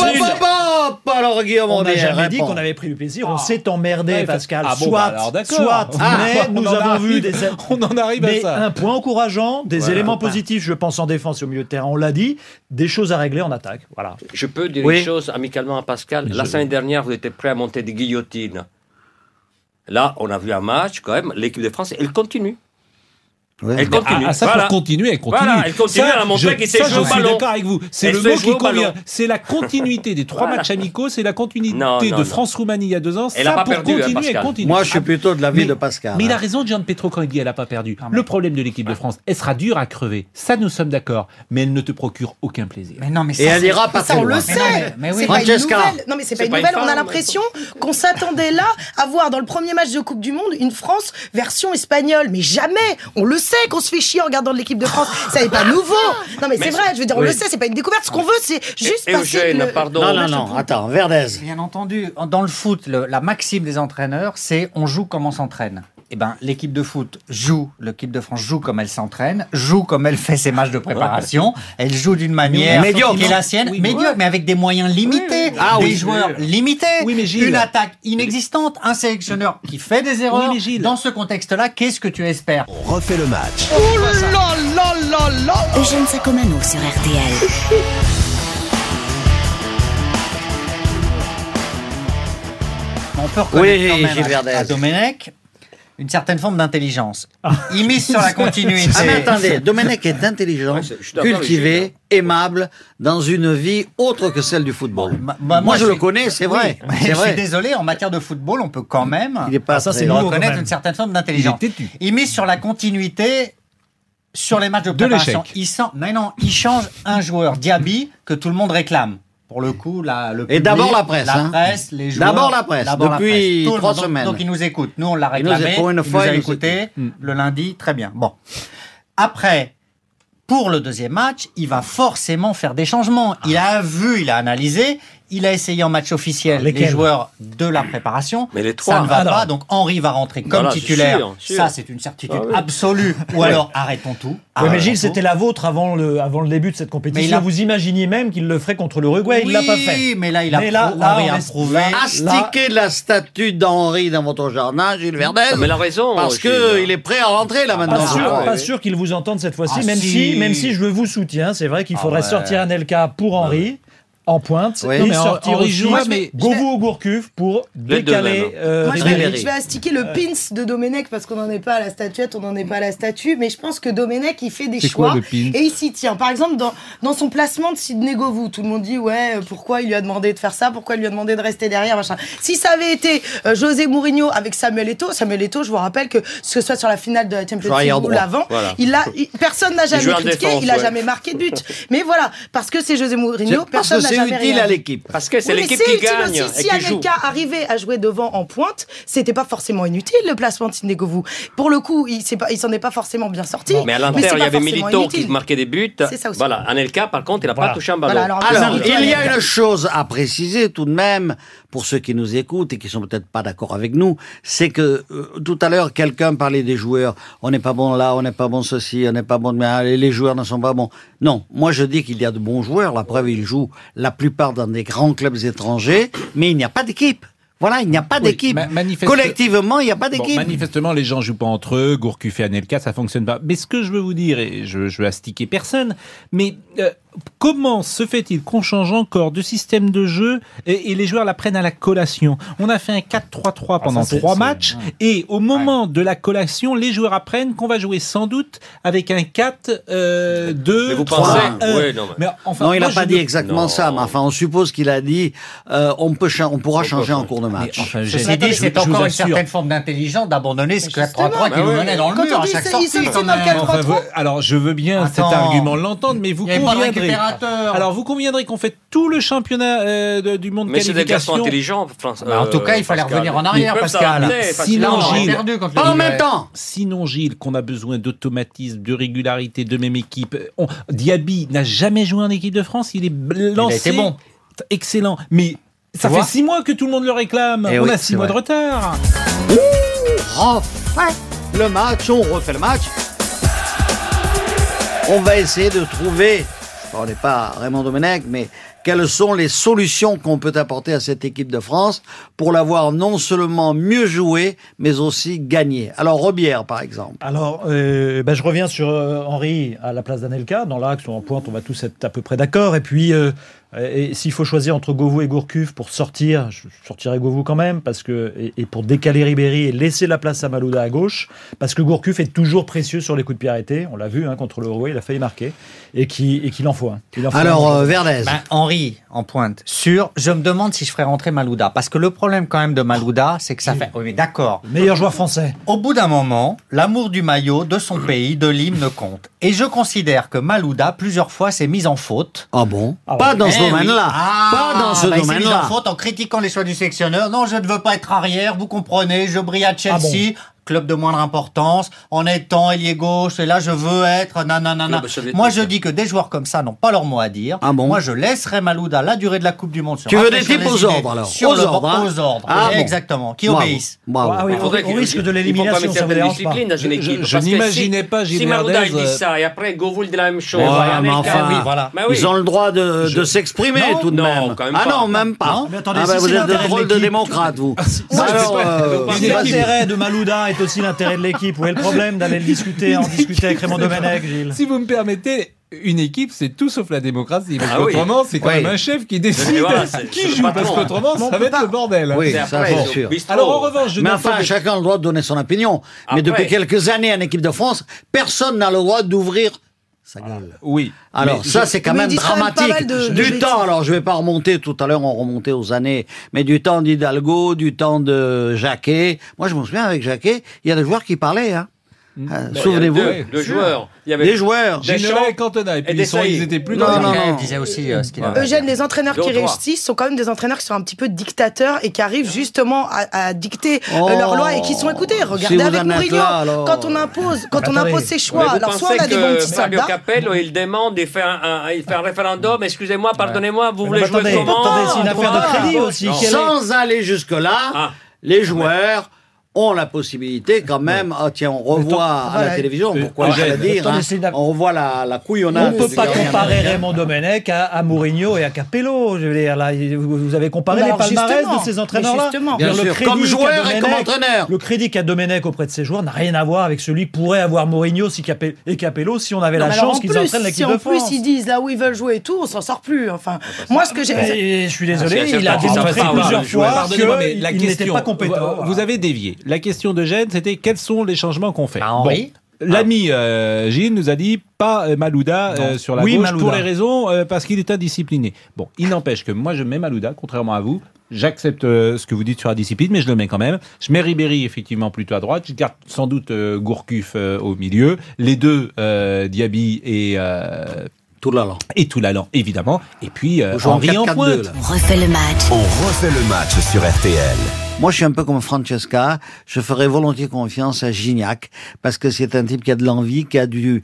[SPEAKER 6] nul.
[SPEAKER 1] alors Guillaume,
[SPEAKER 7] On n'a
[SPEAKER 1] est
[SPEAKER 7] jamais dit
[SPEAKER 1] répond.
[SPEAKER 7] qu'on avait pris du plaisir. On s'est emmerdé,
[SPEAKER 6] Ah. Ouais,
[SPEAKER 7] Pascal.
[SPEAKER 6] ah bon, bah
[SPEAKER 7] soit,
[SPEAKER 6] alors d'accord.
[SPEAKER 7] soit.
[SPEAKER 6] Ah,
[SPEAKER 7] mais
[SPEAKER 6] on
[SPEAKER 7] nous
[SPEAKER 6] en
[SPEAKER 7] avons vu
[SPEAKER 6] arrive-
[SPEAKER 7] des. er-
[SPEAKER 6] On en arrive à
[SPEAKER 7] Mais
[SPEAKER 6] ça.
[SPEAKER 7] un point encourageant, des
[SPEAKER 10] Voilà.
[SPEAKER 7] éléments positifs, je pense, en défense et au milieu de terrain. On l'a dit, des choses à régler en attaque. Voilà.
[SPEAKER 10] Je peux dire
[SPEAKER 1] Oui.
[SPEAKER 10] une chose amicalement à Pascal. La semaine dernière, vous étiez prêt à monter des guillotines. Là, on a vu un match quand même. L'équipe de France, elle continue.
[SPEAKER 1] Ouais.
[SPEAKER 10] Elle continue.
[SPEAKER 6] Ah, ah, ça
[SPEAKER 10] Voilà.
[SPEAKER 6] pour continuer, elle continue.
[SPEAKER 10] Voilà, elle continue
[SPEAKER 6] Ça,
[SPEAKER 10] à la montagne
[SPEAKER 6] je-
[SPEAKER 10] et s'est
[SPEAKER 6] ça,
[SPEAKER 10] jouée au
[SPEAKER 6] je suis
[SPEAKER 10] ballon.
[SPEAKER 6] d'accord avec vous. C'est
[SPEAKER 10] Elle
[SPEAKER 6] le
[SPEAKER 10] s'est
[SPEAKER 6] mot
[SPEAKER 10] jouée
[SPEAKER 6] qui
[SPEAKER 10] au ballon.
[SPEAKER 6] convient. C'est la continuité des trois
[SPEAKER 10] Voilà.
[SPEAKER 6] matchs amicaux, c'est la continuité
[SPEAKER 10] Non, non,
[SPEAKER 6] de
[SPEAKER 10] non.
[SPEAKER 6] France-Roumanie il y a deux ans.
[SPEAKER 10] Elle
[SPEAKER 6] ça,
[SPEAKER 10] a pas
[SPEAKER 6] pour
[SPEAKER 10] perdu, hein,
[SPEAKER 6] continuer, elle
[SPEAKER 10] Pascal.
[SPEAKER 6] continue.
[SPEAKER 1] Moi, je suis plutôt de l'avis
[SPEAKER 6] Ah, mais-
[SPEAKER 1] de Pascal.
[SPEAKER 6] Mais il a
[SPEAKER 1] hein.
[SPEAKER 6] raison, Gian Petro, quand il dit elle n'a pas perdu.
[SPEAKER 1] Ah,
[SPEAKER 6] Le problème de l'équipe de France, elle sera dure à crever. Ça, nous sommes d'accord. Mais elle ne te procure aucun plaisir.
[SPEAKER 8] Mais non, mais
[SPEAKER 1] Et
[SPEAKER 8] ça,
[SPEAKER 1] elle
[SPEAKER 8] c'est-
[SPEAKER 1] ira pas
[SPEAKER 9] Ça,
[SPEAKER 1] très
[SPEAKER 9] on le
[SPEAKER 1] loin.
[SPEAKER 9] sait.
[SPEAKER 8] Mais non, mais- mais oui.
[SPEAKER 9] C'est pas une
[SPEAKER 1] Francesca.
[SPEAKER 9] nouvelle. Non, mais c'est pas
[SPEAKER 10] C'est
[SPEAKER 9] une
[SPEAKER 10] pas une
[SPEAKER 9] nouvelle. On a
[SPEAKER 10] femme.
[SPEAKER 9] l'impression qu'on s'attendait là à voir dans le premier match de Coupe du Monde une France version espagnole. Mais jamais. On le sait qu'on se fait chier en regardant de l'équipe de France. Ça n'est pas nouveau. Non, mais, c'est vrai. Je veux dire, on
[SPEAKER 10] oui.
[SPEAKER 9] le sait. C'est pas une découverte. Ce qu'on veut, c'est juste
[SPEAKER 10] Et-
[SPEAKER 9] passer
[SPEAKER 10] Eh, Eugène,
[SPEAKER 9] le-
[SPEAKER 10] pardon.
[SPEAKER 1] Non,
[SPEAKER 10] Dans
[SPEAKER 1] non,
[SPEAKER 10] le
[SPEAKER 1] non, attends, Verdez.
[SPEAKER 8] Bien entendu, en- dans le foot, le- la maxime des entraîneurs, c'est on joue comme on s'entraîne. Eh ben, l'équipe de foot joue, l'équipe de France joue comme elle s'entraîne, joue comme elle fait ses matchs de préparation, elle joue d'une manière
[SPEAKER 1] Médiocre.
[SPEAKER 8] qui est la sienne,
[SPEAKER 6] Oui,
[SPEAKER 8] médiocre, mais avec des moyens limités,
[SPEAKER 1] Ah
[SPEAKER 8] des
[SPEAKER 1] oui.
[SPEAKER 8] joueurs limités,
[SPEAKER 6] Oui, mais Gilles-
[SPEAKER 8] une attaque inexistante, un sélectionneur qui fait des erreurs.
[SPEAKER 6] mais Gilles-
[SPEAKER 8] dans ce contexte-là, qu'est-ce que tu espères
[SPEAKER 5] On refait le match.
[SPEAKER 3] Eugène Sacomano sur RTL.
[SPEAKER 8] On peut reconnaître
[SPEAKER 1] Oui,
[SPEAKER 8] quand même
[SPEAKER 1] Gilles
[SPEAKER 8] à-
[SPEAKER 1] Verdez.
[SPEAKER 8] à, Domenech une certaine forme d'intelligence. Il mise
[SPEAKER 1] *laughs*
[SPEAKER 8] sur la continuité.
[SPEAKER 1] Ah, mais attendez, Domenech est intelligent,
[SPEAKER 10] Ouais, c'est- je suis d'accord avec Gilles, hein.
[SPEAKER 1] cultivé, aimable, dans une vie autre que celle du football.
[SPEAKER 8] Ma- ma-
[SPEAKER 1] moi, je, le
[SPEAKER 8] suis-
[SPEAKER 1] connais, c'est
[SPEAKER 8] Oui,
[SPEAKER 1] vrai.
[SPEAKER 8] mais
[SPEAKER 1] C'est
[SPEAKER 8] je
[SPEAKER 1] vrai.
[SPEAKER 8] suis désolé, en matière de football, on peut quand même
[SPEAKER 1] Il est pas
[SPEAKER 7] Ah, ça,
[SPEAKER 1] très-
[SPEAKER 7] c'est nouveau. quand
[SPEAKER 8] reconnaître
[SPEAKER 7] même.
[SPEAKER 8] une certaine forme d'intelligence.
[SPEAKER 6] Il est têtu.
[SPEAKER 8] Il mise sur la continuité sur les matchs de préparation.
[SPEAKER 6] l'échec.
[SPEAKER 8] il sent, mais non, il change un joueur, Diaby, que tout le monde réclame. Pour le coup, la, le
[SPEAKER 1] Et
[SPEAKER 8] public,
[SPEAKER 1] d'abord la presse, hein.
[SPEAKER 8] presse, les joueurs.
[SPEAKER 1] D'abord la presse,
[SPEAKER 8] d'abord la
[SPEAKER 1] depuis
[SPEAKER 8] presse. Tout le
[SPEAKER 1] trois
[SPEAKER 8] monde. Donc-
[SPEAKER 1] semaines.
[SPEAKER 8] Donc, il nous écoute. Nous, on l'a
[SPEAKER 1] Il nous-
[SPEAKER 8] réclamé.
[SPEAKER 1] pour une
[SPEAKER 8] il
[SPEAKER 1] fois,
[SPEAKER 8] nous
[SPEAKER 1] il
[SPEAKER 8] a
[SPEAKER 1] nous
[SPEAKER 8] écouté
[SPEAKER 6] Mm.
[SPEAKER 8] le lundi. Très bien. Bon. Après, pour le deuxième match, il va forcément faire des changements. Il a vu, il a analysé, il a essayé en match officiel les
[SPEAKER 7] Lesquels
[SPEAKER 8] joueurs de la préparation.
[SPEAKER 10] Mais les trois.
[SPEAKER 8] ça ne va
[SPEAKER 7] Alors.
[SPEAKER 8] pas. Donc Henri va rentrer comme
[SPEAKER 10] Voilà, c'est
[SPEAKER 8] titulaire.
[SPEAKER 10] sûr, sûr.
[SPEAKER 8] Ça, c'est une certitude
[SPEAKER 10] Ah oui. *laughs*
[SPEAKER 8] absolue. Ou alors arrêtons tout.
[SPEAKER 7] Ouais, mais
[SPEAKER 8] arrêtons
[SPEAKER 7] Gilles,
[SPEAKER 8] tout.
[SPEAKER 7] c'était la vôtre avant le, avant le début de cette compétition.
[SPEAKER 8] il a-
[SPEAKER 7] Vous imaginiez même qu'il le ferait contre l'Uruguay. il
[SPEAKER 8] Oui,
[SPEAKER 7] l'a pas fait.
[SPEAKER 8] mais là, il a,
[SPEAKER 7] Mais là,
[SPEAKER 8] prou-
[SPEAKER 7] là,
[SPEAKER 8] Henri
[SPEAKER 7] on
[SPEAKER 8] a
[SPEAKER 7] est-
[SPEAKER 8] prouvé.
[SPEAKER 1] Astiquez la statue d'Henri dans votre jardin, Gilles Verdez.
[SPEAKER 10] Ah, Mais la raison.
[SPEAKER 1] Parce
[SPEAKER 10] Gilles.
[SPEAKER 1] qu'il est prêt à rentrer
[SPEAKER 10] Ah,
[SPEAKER 1] là
[SPEAKER 7] Pas
[SPEAKER 1] maintenant.
[SPEAKER 7] sûr,
[SPEAKER 10] ouais,
[SPEAKER 7] pas
[SPEAKER 10] oui.
[SPEAKER 7] sûr qu'il vous entende cette fois-ci,
[SPEAKER 8] Ah,
[SPEAKER 7] même si.
[SPEAKER 8] si.
[SPEAKER 7] même si je vous soutiens. C'est vrai qu'il
[SPEAKER 8] Ah,
[SPEAKER 7] faudrait
[SPEAKER 8] ouais.
[SPEAKER 7] sortir Anelka pour Henri. En pointe,
[SPEAKER 1] Oui.
[SPEAKER 7] et
[SPEAKER 1] Non, mais
[SPEAKER 7] sortir
[SPEAKER 6] Henri
[SPEAKER 7] aussi
[SPEAKER 6] jouera, mais-
[SPEAKER 7] Govou ou Gourcuff pour
[SPEAKER 10] Les deux
[SPEAKER 7] décaler
[SPEAKER 10] mêmes.
[SPEAKER 7] euh,
[SPEAKER 9] Moi, je
[SPEAKER 7] Ribéry.
[SPEAKER 9] vais,
[SPEAKER 1] Ribéry.
[SPEAKER 9] je vais astiquer le pins de Domenech parce qu'on n'en est pas à la statuette, on n'en est pas à la statue, mais je pense que Domenech, il fait des
[SPEAKER 6] C'est
[SPEAKER 9] choix
[SPEAKER 6] quoi, le pins
[SPEAKER 9] et il s'y tient. Par exemple, dans, dans son placement de Sidney Govou, tout le monde dit ouais, euh, pourquoi il lui a demandé de faire ça, pourquoi il lui a demandé de rester derrière, machin. Si ça avait été euh, José Mourinho avec Samuel Eto'o, Samuel Eto'o, je vous rappelle que ce que soit sur la finale de la Champions
[SPEAKER 1] Joueur
[SPEAKER 9] League ou
[SPEAKER 1] droit.
[SPEAKER 9] l'avant,
[SPEAKER 10] Voilà.
[SPEAKER 9] il a, il- personne n'a
[SPEAKER 10] joue
[SPEAKER 9] jamais
[SPEAKER 10] en
[SPEAKER 9] critiqué,
[SPEAKER 10] défense,
[SPEAKER 9] il a
[SPEAKER 10] ouais.
[SPEAKER 9] jamais marqué de but. Mais voilà, parce que c'est José
[SPEAKER 1] C'est- Parce
[SPEAKER 9] Mourinho,
[SPEAKER 1] que
[SPEAKER 9] personne n'a
[SPEAKER 1] c'est
[SPEAKER 9] jamais
[SPEAKER 1] utile
[SPEAKER 9] rien
[SPEAKER 1] à
[SPEAKER 9] dit.
[SPEAKER 1] l'équipe.
[SPEAKER 10] Parce que c'est
[SPEAKER 9] Oui, mais
[SPEAKER 10] l'équipe
[SPEAKER 9] c'est
[SPEAKER 10] qui
[SPEAKER 9] utile
[SPEAKER 10] gagne
[SPEAKER 9] aussi.
[SPEAKER 10] et
[SPEAKER 9] Si
[SPEAKER 10] qui joue.
[SPEAKER 9] Anelka arrivait à jouer devant en pointe, c'était pas forcément inutile le placement de Sindegovu. Pour le coup, il s'est pas- il s'en est pas forcément bien sorti.
[SPEAKER 10] Mais à
[SPEAKER 9] c'est
[SPEAKER 10] l'intérieur, il y
[SPEAKER 9] pas
[SPEAKER 10] avait
[SPEAKER 9] forcément
[SPEAKER 10] Milito
[SPEAKER 9] inutile.
[SPEAKER 10] qui marquait des buts.
[SPEAKER 9] C'est ça aussi.
[SPEAKER 10] Voilà, Anelka, par contre, il n'a
[SPEAKER 7] Voilà.
[SPEAKER 10] pas touché un ballon.
[SPEAKER 9] Voilà, alors,
[SPEAKER 1] Alors,
[SPEAKER 9] Vous invitez
[SPEAKER 1] il y
[SPEAKER 9] à
[SPEAKER 1] a
[SPEAKER 9] aller-
[SPEAKER 1] une chose à préciser tout de même, pour ceux qui nous écoutent et qui sont peut-être pas d'accord avec nous, c'est que euh, tout à l'heure, quelqu'un parlait des joueurs. On n'est pas bon là, on n'est pas bon ceci, on n'est pas bon de mais les joueurs ne sont pas bons. Non, moi je dis qu'il y a de bons joueurs. La preuve, ils jouent la plupart dans des grands clubs étrangers, mais il n'y a pas d'équipe. Voilà, il n'y a pas
[SPEAKER 6] Oui,
[SPEAKER 1] d'équipe.
[SPEAKER 6] ma- manifeste-
[SPEAKER 1] Collectivement, il n'y a pas
[SPEAKER 6] Bon,
[SPEAKER 1] d'équipe.
[SPEAKER 6] manifestement, les gens jouent pas entre eux. Gourcuff et Anelka, ça fonctionne pas. Mais ce que je veux vous dire, et je, je veux astiquer personne, mais euh, comment se fait-il qu'on change encore de système de jeu et, et les joueurs la prennent à la collation On a fait un 4-3-3 pendant
[SPEAKER 7] ça, c'est-
[SPEAKER 6] trois
[SPEAKER 7] c'est-
[SPEAKER 6] matchs et au moment de la collation, les joueurs apprennent qu'on va jouer sans doute avec un euh, 4-2-3-1.
[SPEAKER 10] Mais vous pensez- Ouais, non, mais-
[SPEAKER 6] enfin,
[SPEAKER 1] Non, il n'a
[SPEAKER 6] moi,
[SPEAKER 1] pas
[SPEAKER 6] je
[SPEAKER 1] dit
[SPEAKER 6] ne-
[SPEAKER 1] exactement
[SPEAKER 10] Non.
[SPEAKER 1] ça, mais enfin, on suppose qu'il a dit euh, on, peut cha- on pourra changer en cours de
[SPEAKER 6] Mais
[SPEAKER 1] match.
[SPEAKER 6] enfin, j'ai-
[SPEAKER 8] Ceci dit,
[SPEAKER 6] je-
[SPEAKER 8] c'est
[SPEAKER 6] je vous
[SPEAKER 8] encore une
[SPEAKER 6] assure.
[SPEAKER 8] certaine forme d'intelligence d'abandonner ce 4-3-3 qui
[SPEAKER 10] Bah
[SPEAKER 8] nous
[SPEAKER 10] ouais.
[SPEAKER 8] menait dans le
[SPEAKER 9] Quand
[SPEAKER 8] mur
[SPEAKER 9] on
[SPEAKER 8] à
[SPEAKER 9] dit
[SPEAKER 8] chaque
[SPEAKER 9] c'est-
[SPEAKER 8] sortie.
[SPEAKER 9] il sortit
[SPEAKER 8] quand
[SPEAKER 9] dans le
[SPEAKER 8] même.
[SPEAKER 9] 4-3-3.
[SPEAKER 6] Enfin, vous- alors, je veux bien cet
[SPEAKER 8] Attends.
[SPEAKER 6] argument l'entendre, mais vous
[SPEAKER 8] Il y avait pas de
[SPEAKER 6] conviendrez.
[SPEAKER 8] récupérateur.
[SPEAKER 6] Alors, vous conviendrez qu'on fait tout le championnat euh, de- du monde
[SPEAKER 10] Mais c'est des garçons
[SPEAKER 6] qualification.
[SPEAKER 10] intelligents, France. euh,
[SPEAKER 8] Bah, en tout cas, il fallait revenir en arrière, Pascal.
[SPEAKER 6] Sinon,
[SPEAKER 8] Là, on aurait
[SPEAKER 6] Gilles.
[SPEAKER 8] perdu contre
[SPEAKER 1] Pas en
[SPEAKER 8] l'Uruguay.
[SPEAKER 1] même temps
[SPEAKER 6] Sinon, Gilles, qu'on a besoin d'automatisme, de régularité, de même équipe. On- Diaby n'a jamais joué en équipe de France. Il est b- lancé,
[SPEAKER 8] été bon.
[SPEAKER 6] excellent, mais. Ça
[SPEAKER 8] vois
[SPEAKER 6] fait six mois que tout le monde le réclame.
[SPEAKER 1] Eh
[SPEAKER 6] On
[SPEAKER 1] oui,
[SPEAKER 6] a six
[SPEAKER 1] c'est
[SPEAKER 6] mois
[SPEAKER 1] vrai.
[SPEAKER 6] de retard.
[SPEAKER 1] refait le match, on refait le match. on va essayer de trouver, bon, on n'est pas Raymond Domenech, mais quelles sont les solutions qu'on peut apporter à cette équipe de France pour l'avoir non seulement mieux jouée, mais aussi gagnée. Alors Robière, par exemple.
[SPEAKER 7] Alors, euh, ben, je reviens sur euh, Henri à la place d'Anelka. Dans l'axe ou en pointe, on va tous être à peu près d'accord. Et puis, euh, et, et s'il faut choisir entre Govou et Gourcuff pour sortir, je sortirai Govou quand même, parce que, et, et pour décaler Ribéry et laisser la place à Malouda à gauche, parce que Gourcuff est toujours précieux sur les coups de pied arrêtés. On l'a vu hein, contre le Uruguay, il a failli marquer. Et qui- et qu'il en faut un. Il en faut
[SPEAKER 1] Alors
[SPEAKER 7] un.
[SPEAKER 1] euh, Verdez.
[SPEAKER 8] Ben, Henri en pointe. Sur, je me demande si je ferais rentrer Malouda. Parce que le problème quand même de Malouda, c'est que ça fait. Oui, mais d'accord.
[SPEAKER 7] meilleur joueur français.
[SPEAKER 8] Au bout d'un moment, l'amour du maillot, de *clears throat* son pays, de l'hymne compte. Et je considère que Malouda, plusieurs fois, s'est mise en faute.
[SPEAKER 1] Ah bon
[SPEAKER 7] Ah
[SPEAKER 1] Pas
[SPEAKER 7] ouais.
[SPEAKER 1] dans ce
[SPEAKER 8] Eh oui.
[SPEAKER 1] domaine-là.
[SPEAKER 8] Ah,
[SPEAKER 1] Pas dans ce
[SPEAKER 8] bah, Il s'est mise en
[SPEAKER 1] domaine-là.
[SPEAKER 8] faute en critiquant les choix du sélectionneur. Non, je ne veux pas être arrière, vous comprenez, je brille à Chelsea.
[SPEAKER 7] Ah
[SPEAKER 8] Club de moindre importance, en étant ailier gauche, et là je veux bah, être nanana.
[SPEAKER 10] Club soviétique.
[SPEAKER 8] Moi je dis que des joueurs comme ça n'ont pas leur mot à dire.
[SPEAKER 1] Ah bon
[SPEAKER 8] Moi je laisserai Malouda la durée de la Coupe du Monde. se
[SPEAKER 1] Tu veux des
[SPEAKER 8] rafraîchir
[SPEAKER 1] types
[SPEAKER 8] les
[SPEAKER 1] aux
[SPEAKER 8] idées
[SPEAKER 1] ordres, alors
[SPEAKER 8] ah, Sur
[SPEAKER 1] Aux
[SPEAKER 8] le banc,
[SPEAKER 1] ordres, hein
[SPEAKER 8] aux ordres. Eh,
[SPEAKER 1] Ah bon.
[SPEAKER 8] Exactement, qui
[SPEAKER 1] Bravo.
[SPEAKER 8] obéissent.
[SPEAKER 1] Bravo.
[SPEAKER 7] Ah oui,
[SPEAKER 10] Il faudrait
[SPEAKER 7] au- au
[SPEAKER 10] qu'il-
[SPEAKER 7] risque de
[SPEAKER 10] il faut quand
[SPEAKER 7] l'élimination, ça
[SPEAKER 10] même certaines
[SPEAKER 7] vous dérange
[SPEAKER 10] disciplines
[SPEAKER 7] pas.
[SPEAKER 10] dans une
[SPEAKER 6] Je- je-
[SPEAKER 10] équipe.
[SPEAKER 6] je
[SPEAKER 10] Parce que
[SPEAKER 6] n'imaginais
[SPEAKER 10] si-
[SPEAKER 6] pas Gilles
[SPEAKER 10] Si Malouda, il
[SPEAKER 6] Hernandez,
[SPEAKER 10] dit
[SPEAKER 6] euh,
[SPEAKER 10] ça, et après Govoul dit la même chose.
[SPEAKER 1] Ouais,
[SPEAKER 10] et
[SPEAKER 1] mais
[SPEAKER 10] Anelka,
[SPEAKER 1] enfin,
[SPEAKER 10] oui, voilà. Bah oui.
[SPEAKER 1] Ils ont le droit de, de s'exprimer
[SPEAKER 10] Non,
[SPEAKER 1] tout de
[SPEAKER 10] non,
[SPEAKER 1] même.
[SPEAKER 10] quand même
[SPEAKER 1] ah
[SPEAKER 10] pas.
[SPEAKER 1] non, même pas.
[SPEAKER 7] Non, mais attendez,
[SPEAKER 1] ah
[SPEAKER 7] si
[SPEAKER 1] bah, vous
[SPEAKER 7] c'est
[SPEAKER 1] êtes de
[SPEAKER 7] l'intérêt de
[SPEAKER 1] drôles de
[SPEAKER 7] l'équipe,
[SPEAKER 1] démocrates, vous.
[SPEAKER 7] Moi, je
[SPEAKER 1] Alors, euh,
[SPEAKER 7] Si L'intérêt de Malouda est aussi l'intérêt de l'équipe. Où est le problème d'aller le discuter, en discuter avec Raymond Domenech, Gilles
[SPEAKER 11] Si vous me permettez, une équipe, c'est tout sauf la démocratie. Parce
[SPEAKER 10] Ah oui.
[SPEAKER 11] qu'autrement, c'est quand
[SPEAKER 1] Oui.
[SPEAKER 11] même un chef qui décide
[SPEAKER 6] *laughs*
[SPEAKER 10] voilà, c'est- c'est
[SPEAKER 11] qui
[SPEAKER 10] le
[SPEAKER 11] joue.
[SPEAKER 10] patron,
[SPEAKER 11] Parce
[SPEAKER 10] hein.
[SPEAKER 11] qu'autrement, ça va être le bordel.
[SPEAKER 1] Oui,
[SPEAKER 10] C'est
[SPEAKER 1] ça
[SPEAKER 10] après,
[SPEAKER 1] c'est
[SPEAKER 10] au
[SPEAKER 1] sûr.
[SPEAKER 10] bistrot.
[SPEAKER 11] Alors en revanche, je
[SPEAKER 1] Mais
[SPEAKER 11] n'entends
[SPEAKER 1] enfin,
[SPEAKER 11] pas-
[SPEAKER 1] chacun a le droit de donner son opinion. Mais
[SPEAKER 10] Après-
[SPEAKER 1] depuis quelques années en équipe de France, personne n'a le droit d'ouvrir sa
[SPEAKER 6] Ah.
[SPEAKER 1] gueule.
[SPEAKER 11] Oui.
[SPEAKER 1] Alors
[SPEAKER 11] Mais
[SPEAKER 1] ça,
[SPEAKER 11] je-
[SPEAKER 1] c'est quand
[SPEAKER 9] Mais
[SPEAKER 1] même
[SPEAKER 9] ils disent quand même pas
[SPEAKER 1] dramatique.
[SPEAKER 9] mal de- de
[SPEAKER 1] du
[SPEAKER 9] bêtises.
[SPEAKER 1] temps, alors je vais pas remonter, tout à l'heure on remontait aux années, mais du temps d'Hidalgo, du temps de Jacquet. Moi je me souviens avec Jacquet, il y a des joueurs qui parlaient. Hein. Euh,
[SPEAKER 10] Il y avait
[SPEAKER 1] Souvenez-vous.
[SPEAKER 10] deux- Deux joueurs. Il y avait
[SPEAKER 1] Des joueurs.
[SPEAKER 11] Ginola et Cantona. Et puis
[SPEAKER 10] et
[SPEAKER 11] ils, sont-
[SPEAKER 10] Desailly.
[SPEAKER 11] ils étaient plus
[SPEAKER 1] Non,
[SPEAKER 11] dans
[SPEAKER 1] non,
[SPEAKER 11] les-
[SPEAKER 1] non.
[SPEAKER 8] disait aussi euh, ce qu'il avait.
[SPEAKER 9] Eugène, les entraîneurs
[SPEAKER 10] Deux
[SPEAKER 9] qui
[SPEAKER 10] ou trois.
[SPEAKER 9] réussissent sont quand même des entraîneurs qui sont un petit peu dictateurs et qui arrivent justement à, à dicter
[SPEAKER 1] Oh,
[SPEAKER 9] euh, leurs lois et qui sont écoutés. Regardez
[SPEAKER 1] si vous
[SPEAKER 9] avec
[SPEAKER 1] en êtes
[SPEAKER 9] Mourinho,
[SPEAKER 1] là, alors.
[SPEAKER 9] quand on impose, quand on
[SPEAKER 7] Attendez.
[SPEAKER 9] impose ses
[SPEAKER 10] Mais
[SPEAKER 9] choix,
[SPEAKER 10] vous
[SPEAKER 9] alors soit
[SPEAKER 10] pensez
[SPEAKER 9] on a des bons
[SPEAKER 10] que
[SPEAKER 9] petits
[SPEAKER 10] Fabio
[SPEAKER 9] soldats.
[SPEAKER 10] Capello, il demande, il fait un, un- il fait un référendum, excusez-moi, pardonnez-moi, vous
[SPEAKER 7] Mais
[SPEAKER 10] voulez jouer
[SPEAKER 7] attendez,
[SPEAKER 10] comment
[SPEAKER 7] attendez, c'est une affaire de crédit aussi.
[SPEAKER 10] Non.
[SPEAKER 7] Quel est-
[SPEAKER 1] Sans aller jusque-là,
[SPEAKER 10] Ah.
[SPEAKER 1] les joueurs ont la possibilité quand même, ah tiens, on revoit à la
[SPEAKER 7] voilà.
[SPEAKER 1] télévision, pourquoi je
[SPEAKER 11] Eugène.
[SPEAKER 1] vais dire,
[SPEAKER 7] Attendez,
[SPEAKER 1] hein,
[SPEAKER 7] c'est une affaire-
[SPEAKER 1] on revoit la, la
[SPEAKER 7] On
[SPEAKER 1] couillonnade.
[SPEAKER 7] ne peut
[SPEAKER 1] du
[SPEAKER 7] pas
[SPEAKER 1] gardien de
[SPEAKER 7] comparer
[SPEAKER 1] Rennes.
[SPEAKER 7] Raymond Domenech à, à Mourinho et à Capello. Je veux dire, là, vous, vous avez comparé
[SPEAKER 9] Mais
[SPEAKER 7] les
[SPEAKER 9] Bah alors,
[SPEAKER 7] palmarès
[SPEAKER 9] justement.
[SPEAKER 7] de ces entraîneurs-là.
[SPEAKER 9] Mais justement.
[SPEAKER 1] Bien
[SPEAKER 7] Je veux dire,
[SPEAKER 1] sûr, comme
[SPEAKER 7] crédit
[SPEAKER 1] joueur
[SPEAKER 7] qu'a
[SPEAKER 1] et comme
[SPEAKER 7] Domenech-
[SPEAKER 1] entraîneur.
[SPEAKER 7] Le crédit qu'a Domenech auprès de ses joueurs n'a rien à voir avec celui que pourrait avoir Mourinho si Capello, et Capello si on avait
[SPEAKER 9] Non,
[SPEAKER 7] la
[SPEAKER 9] mais alors,
[SPEAKER 7] chance
[SPEAKER 9] en
[SPEAKER 7] qu'ils
[SPEAKER 9] plus,
[SPEAKER 7] entraînent
[SPEAKER 9] si
[SPEAKER 7] l'équipe
[SPEAKER 9] en
[SPEAKER 7] de France.
[SPEAKER 9] plus ils disent là où ils veulent jouer et tout, on s'en sort plus. Enfin, moi ce que j'ai,
[SPEAKER 7] Et je suis désolé,
[SPEAKER 10] Ah, c'est
[SPEAKER 7] il a
[SPEAKER 10] certain,
[SPEAKER 7] démontré
[SPEAKER 10] ça,
[SPEAKER 7] plusieurs
[SPEAKER 10] ouais, joueur.
[SPEAKER 7] fois
[SPEAKER 11] Pardonnez-moi, mais la
[SPEAKER 7] qu'il n'était
[SPEAKER 11] question.
[SPEAKER 7] pas compétent.
[SPEAKER 11] Vous avez dévié. La question de Gênes, c'était quels sont les changements qu'on fait
[SPEAKER 8] Ah, Henri
[SPEAKER 11] L'ami euh, Gilles nous a dit pas euh, Malouda euh, sur la
[SPEAKER 7] Ah. Oui,
[SPEAKER 11] gauche
[SPEAKER 7] Malouda.
[SPEAKER 11] pour les raisons euh, parce qu'il est indiscipliné. Bon, il n'empêche que moi je mets Malouda, contrairement à vous. J'accepte euh, ce que vous dites sur la discipline, mais je le mets quand même. Je mets Ribéry effectivement plutôt à droite. Je garde sans doute euh, Gourcuff euh, au milieu. Les deux, euh, Diaby et euh,
[SPEAKER 1] Tout là, là.
[SPEAKER 11] et Toulalan évidemment. Et puis euh,
[SPEAKER 1] Vous jouez en
[SPEAKER 11] Henri en
[SPEAKER 1] 4-4-2,
[SPEAKER 11] pointe.
[SPEAKER 1] là.
[SPEAKER 3] On refait le match.
[SPEAKER 5] On refait le match sur RTL.
[SPEAKER 1] Moi, je suis un peu comme Francesca. Je ferai volontiers confiance à Gignac parce que c'est un type qui a de l'envie, qui a du.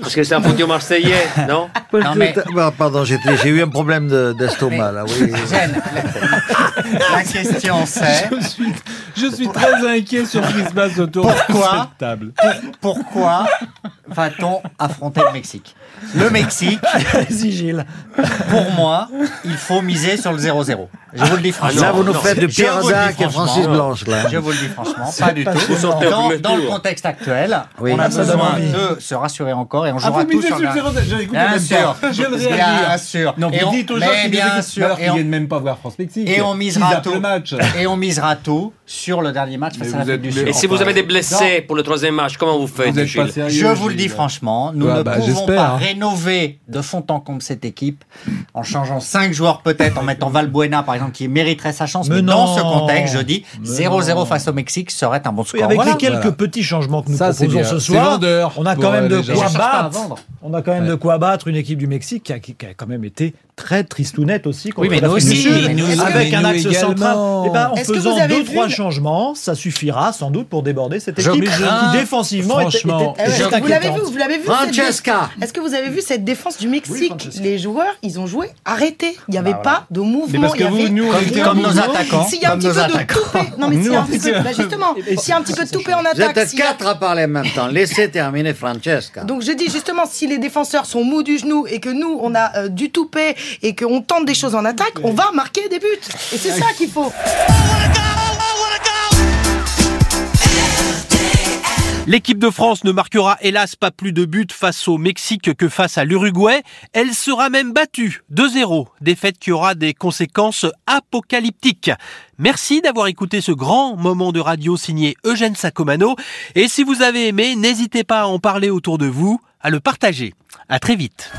[SPEAKER 10] Parce que c'est un foutu marseillais,
[SPEAKER 7] *laughs*
[SPEAKER 10] non
[SPEAKER 8] Non, mais-
[SPEAKER 1] Ah, Pardon, j'étais- j'ai eu un problème de- d'estomac là. Oui.
[SPEAKER 8] Eugène, la- la question c'est.
[SPEAKER 11] Je suis, je suis très inquiet sur ce qui se passe autour de
[SPEAKER 8] Pourquoi
[SPEAKER 11] cette table.
[SPEAKER 8] pourquoi va-t-on affronter le Mexique Le Mexique,
[SPEAKER 7] Vas-y, Gilles.
[SPEAKER 8] pour moi, il faut miser sur le 0-0. Je vous le dis franchement.
[SPEAKER 1] Là, vous nous
[SPEAKER 8] Non,
[SPEAKER 1] faites de
[SPEAKER 8] je vous
[SPEAKER 1] Pierre
[SPEAKER 8] le dis
[SPEAKER 1] Dac et
[SPEAKER 8] franchement.
[SPEAKER 1] Francis Blanche là.
[SPEAKER 8] Je vous le dis franchement, pas du tout.
[SPEAKER 10] sortez au
[SPEAKER 8] Dans,
[SPEAKER 10] premier
[SPEAKER 8] dans le
[SPEAKER 10] tour.
[SPEAKER 8] contexte actuel,
[SPEAKER 1] Oui.
[SPEAKER 8] on a
[SPEAKER 1] Ah, ça
[SPEAKER 7] donne
[SPEAKER 8] besoin
[SPEAKER 7] envie.
[SPEAKER 8] de se rassurer encore et on
[SPEAKER 11] Ah,
[SPEAKER 8] jouera
[SPEAKER 11] vous
[SPEAKER 8] tout
[SPEAKER 11] misez
[SPEAKER 8] sur
[SPEAKER 11] sur
[SPEAKER 8] la...
[SPEAKER 11] le 0 J'avais compris
[SPEAKER 8] Bien
[SPEAKER 11] même
[SPEAKER 8] sûr,
[SPEAKER 11] pas. Je viens de
[SPEAKER 8] bien
[SPEAKER 11] réagir.
[SPEAKER 8] sûr.
[SPEAKER 11] Non,
[SPEAKER 8] Et
[SPEAKER 11] vous
[SPEAKER 8] on-
[SPEAKER 11] dites aux gens
[SPEAKER 8] mais
[SPEAKER 11] qui nous
[SPEAKER 8] bien
[SPEAKER 11] écoutent,
[SPEAKER 8] sûr,
[SPEAKER 11] alors
[SPEAKER 8] et
[SPEAKER 11] qu'ils
[SPEAKER 8] on-
[SPEAKER 11] viennent même pas voir France Mexique.
[SPEAKER 8] Et on
[SPEAKER 11] Ils
[SPEAKER 8] misera
[SPEAKER 11] zappent
[SPEAKER 8] tout.
[SPEAKER 11] le match.
[SPEAKER 8] Et on misera tout sur le dernier match face
[SPEAKER 11] Mais
[SPEAKER 8] à la
[SPEAKER 11] vous êtes-
[SPEAKER 8] Côte du Sud.
[SPEAKER 10] Et si vous avez des blessés pour le troisième match, comment vous faites,
[SPEAKER 11] Vous êtes pas
[SPEAKER 10] Gilles
[SPEAKER 11] sérieux.
[SPEAKER 8] Je vous le dis
[SPEAKER 11] Gilles.
[SPEAKER 8] franchement, nous
[SPEAKER 11] Ah
[SPEAKER 8] ne
[SPEAKER 11] bah,
[SPEAKER 8] pouvons
[SPEAKER 11] j'espère,
[SPEAKER 8] pas
[SPEAKER 11] hein.
[SPEAKER 8] rénover de fond en comble cette équipe en changeant cinq joueurs peut-être, en mettant Valbuena par exemple qui mériterait sa chance.
[SPEAKER 7] Mais
[SPEAKER 8] Mais, dans
[SPEAKER 7] non.
[SPEAKER 8] ce contexte, je dis
[SPEAKER 7] Mais
[SPEAKER 8] 0-0
[SPEAKER 7] non.
[SPEAKER 8] face au Mexique serait un bon
[SPEAKER 7] Oui,
[SPEAKER 8] score.
[SPEAKER 7] avec
[SPEAKER 8] Voilà.
[SPEAKER 7] les quelques
[SPEAKER 11] Voilà.
[SPEAKER 7] petits changements que nous
[SPEAKER 11] Ça, c'est
[SPEAKER 7] proposons
[SPEAKER 11] bien.
[SPEAKER 7] ce
[SPEAKER 11] C'est
[SPEAKER 7] soir,
[SPEAKER 11] vendeur
[SPEAKER 7] on a
[SPEAKER 11] pour,
[SPEAKER 7] quand même
[SPEAKER 11] euh,
[SPEAKER 7] de
[SPEAKER 11] les gens.
[SPEAKER 7] quoi
[SPEAKER 11] Et je cherche pas à
[SPEAKER 7] battre.
[SPEAKER 11] vendre.
[SPEAKER 7] On a quand même
[SPEAKER 11] Ouais.
[SPEAKER 7] de quoi battre une équipe du Mexique qui a, qui- qui a quand même été très tristounette aussi. contre
[SPEAKER 8] Oui, mais nous
[SPEAKER 7] l'Afrique du
[SPEAKER 8] aussi,
[SPEAKER 7] Sud,
[SPEAKER 8] mais nous aussi.
[SPEAKER 7] avec
[SPEAKER 8] Mais
[SPEAKER 7] un
[SPEAKER 8] nous
[SPEAKER 7] axe
[SPEAKER 8] également.
[SPEAKER 7] central. Eh ben, en
[SPEAKER 9] Est-ce que
[SPEAKER 7] faisant
[SPEAKER 9] vous avez
[SPEAKER 7] deux,
[SPEAKER 9] vu
[SPEAKER 7] trois
[SPEAKER 9] le-
[SPEAKER 7] changements, ça suffira sans doute pour déborder cette
[SPEAKER 8] Je
[SPEAKER 7] équipe
[SPEAKER 8] crains,
[SPEAKER 7] qui défensivement était- était,
[SPEAKER 11] franchement,
[SPEAKER 9] Eh ouais,
[SPEAKER 7] était
[SPEAKER 9] vous l'avez vu,
[SPEAKER 7] inquiétante.
[SPEAKER 9] vous l'avez vu. cette
[SPEAKER 1] Francesca.
[SPEAKER 9] dé- Est-ce que vous avez vu cette défense du
[SPEAKER 7] Oui,
[SPEAKER 9] Mexique
[SPEAKER 7] Francesca.
[SPEAKER 9] Les joueurs, ils ont joué arrêtés. Il n'y avait pas de mouvement.
[SPEAKER 11] parce que
[SPEAKER 9] il y avait
[SPEAKER 11] vous, nous, on
[SPEAKER 9] rien
[SPEAKER 11] était
[SPEAKER 9] du
[SPEAKER 8] comme nos
[SPEAKER 9] tout.
[SPEAKER 8] attaquants,
[SPEAKER 9] S'il y a un
[SPEAKER 8] comme
[SPEAKER 9] petit
[SPEAKER 8] nos
[SPEAKER 9] peu de
[SPEAKER 8] attaquants.
[SPEAKER 9] toupé, non mais s'il y a un petit peu,
[SPEAKER 11] on
[SPEAKER 9] bah, justement, s'il y a un petit peu de toupé en
[SPEAKER 1] Vous
[SPEAKER 9] attaque,
[SPEAKER 1] êtes
[SPEAKER 9] s'il y a-
[SPEAKER 1] quatre à parler en même temps. Laissez terminer Francesca.
[SPEAKER 9] donc je dis justement, si les défenseurs sont mous du genou et que nous, on a euh, du toupet et qu'on tente des choses en attaque, on va marquer des buts. Et c'est ça qu'il faut.
[SPEAKER 2] L'équipe de France ne marquera hélas pas plus de buts face au Mexique que face à l'Uruguay. Elle sera même battue 2-0, défaite qui aura des conséquences apocalyptiques. Merci d'avoir écouté ce grand moment de radio signé Eugène Sacomano. Et si vous avez aimé, n'hésitez pas à en parler autour de vous, à le partager. À très vite.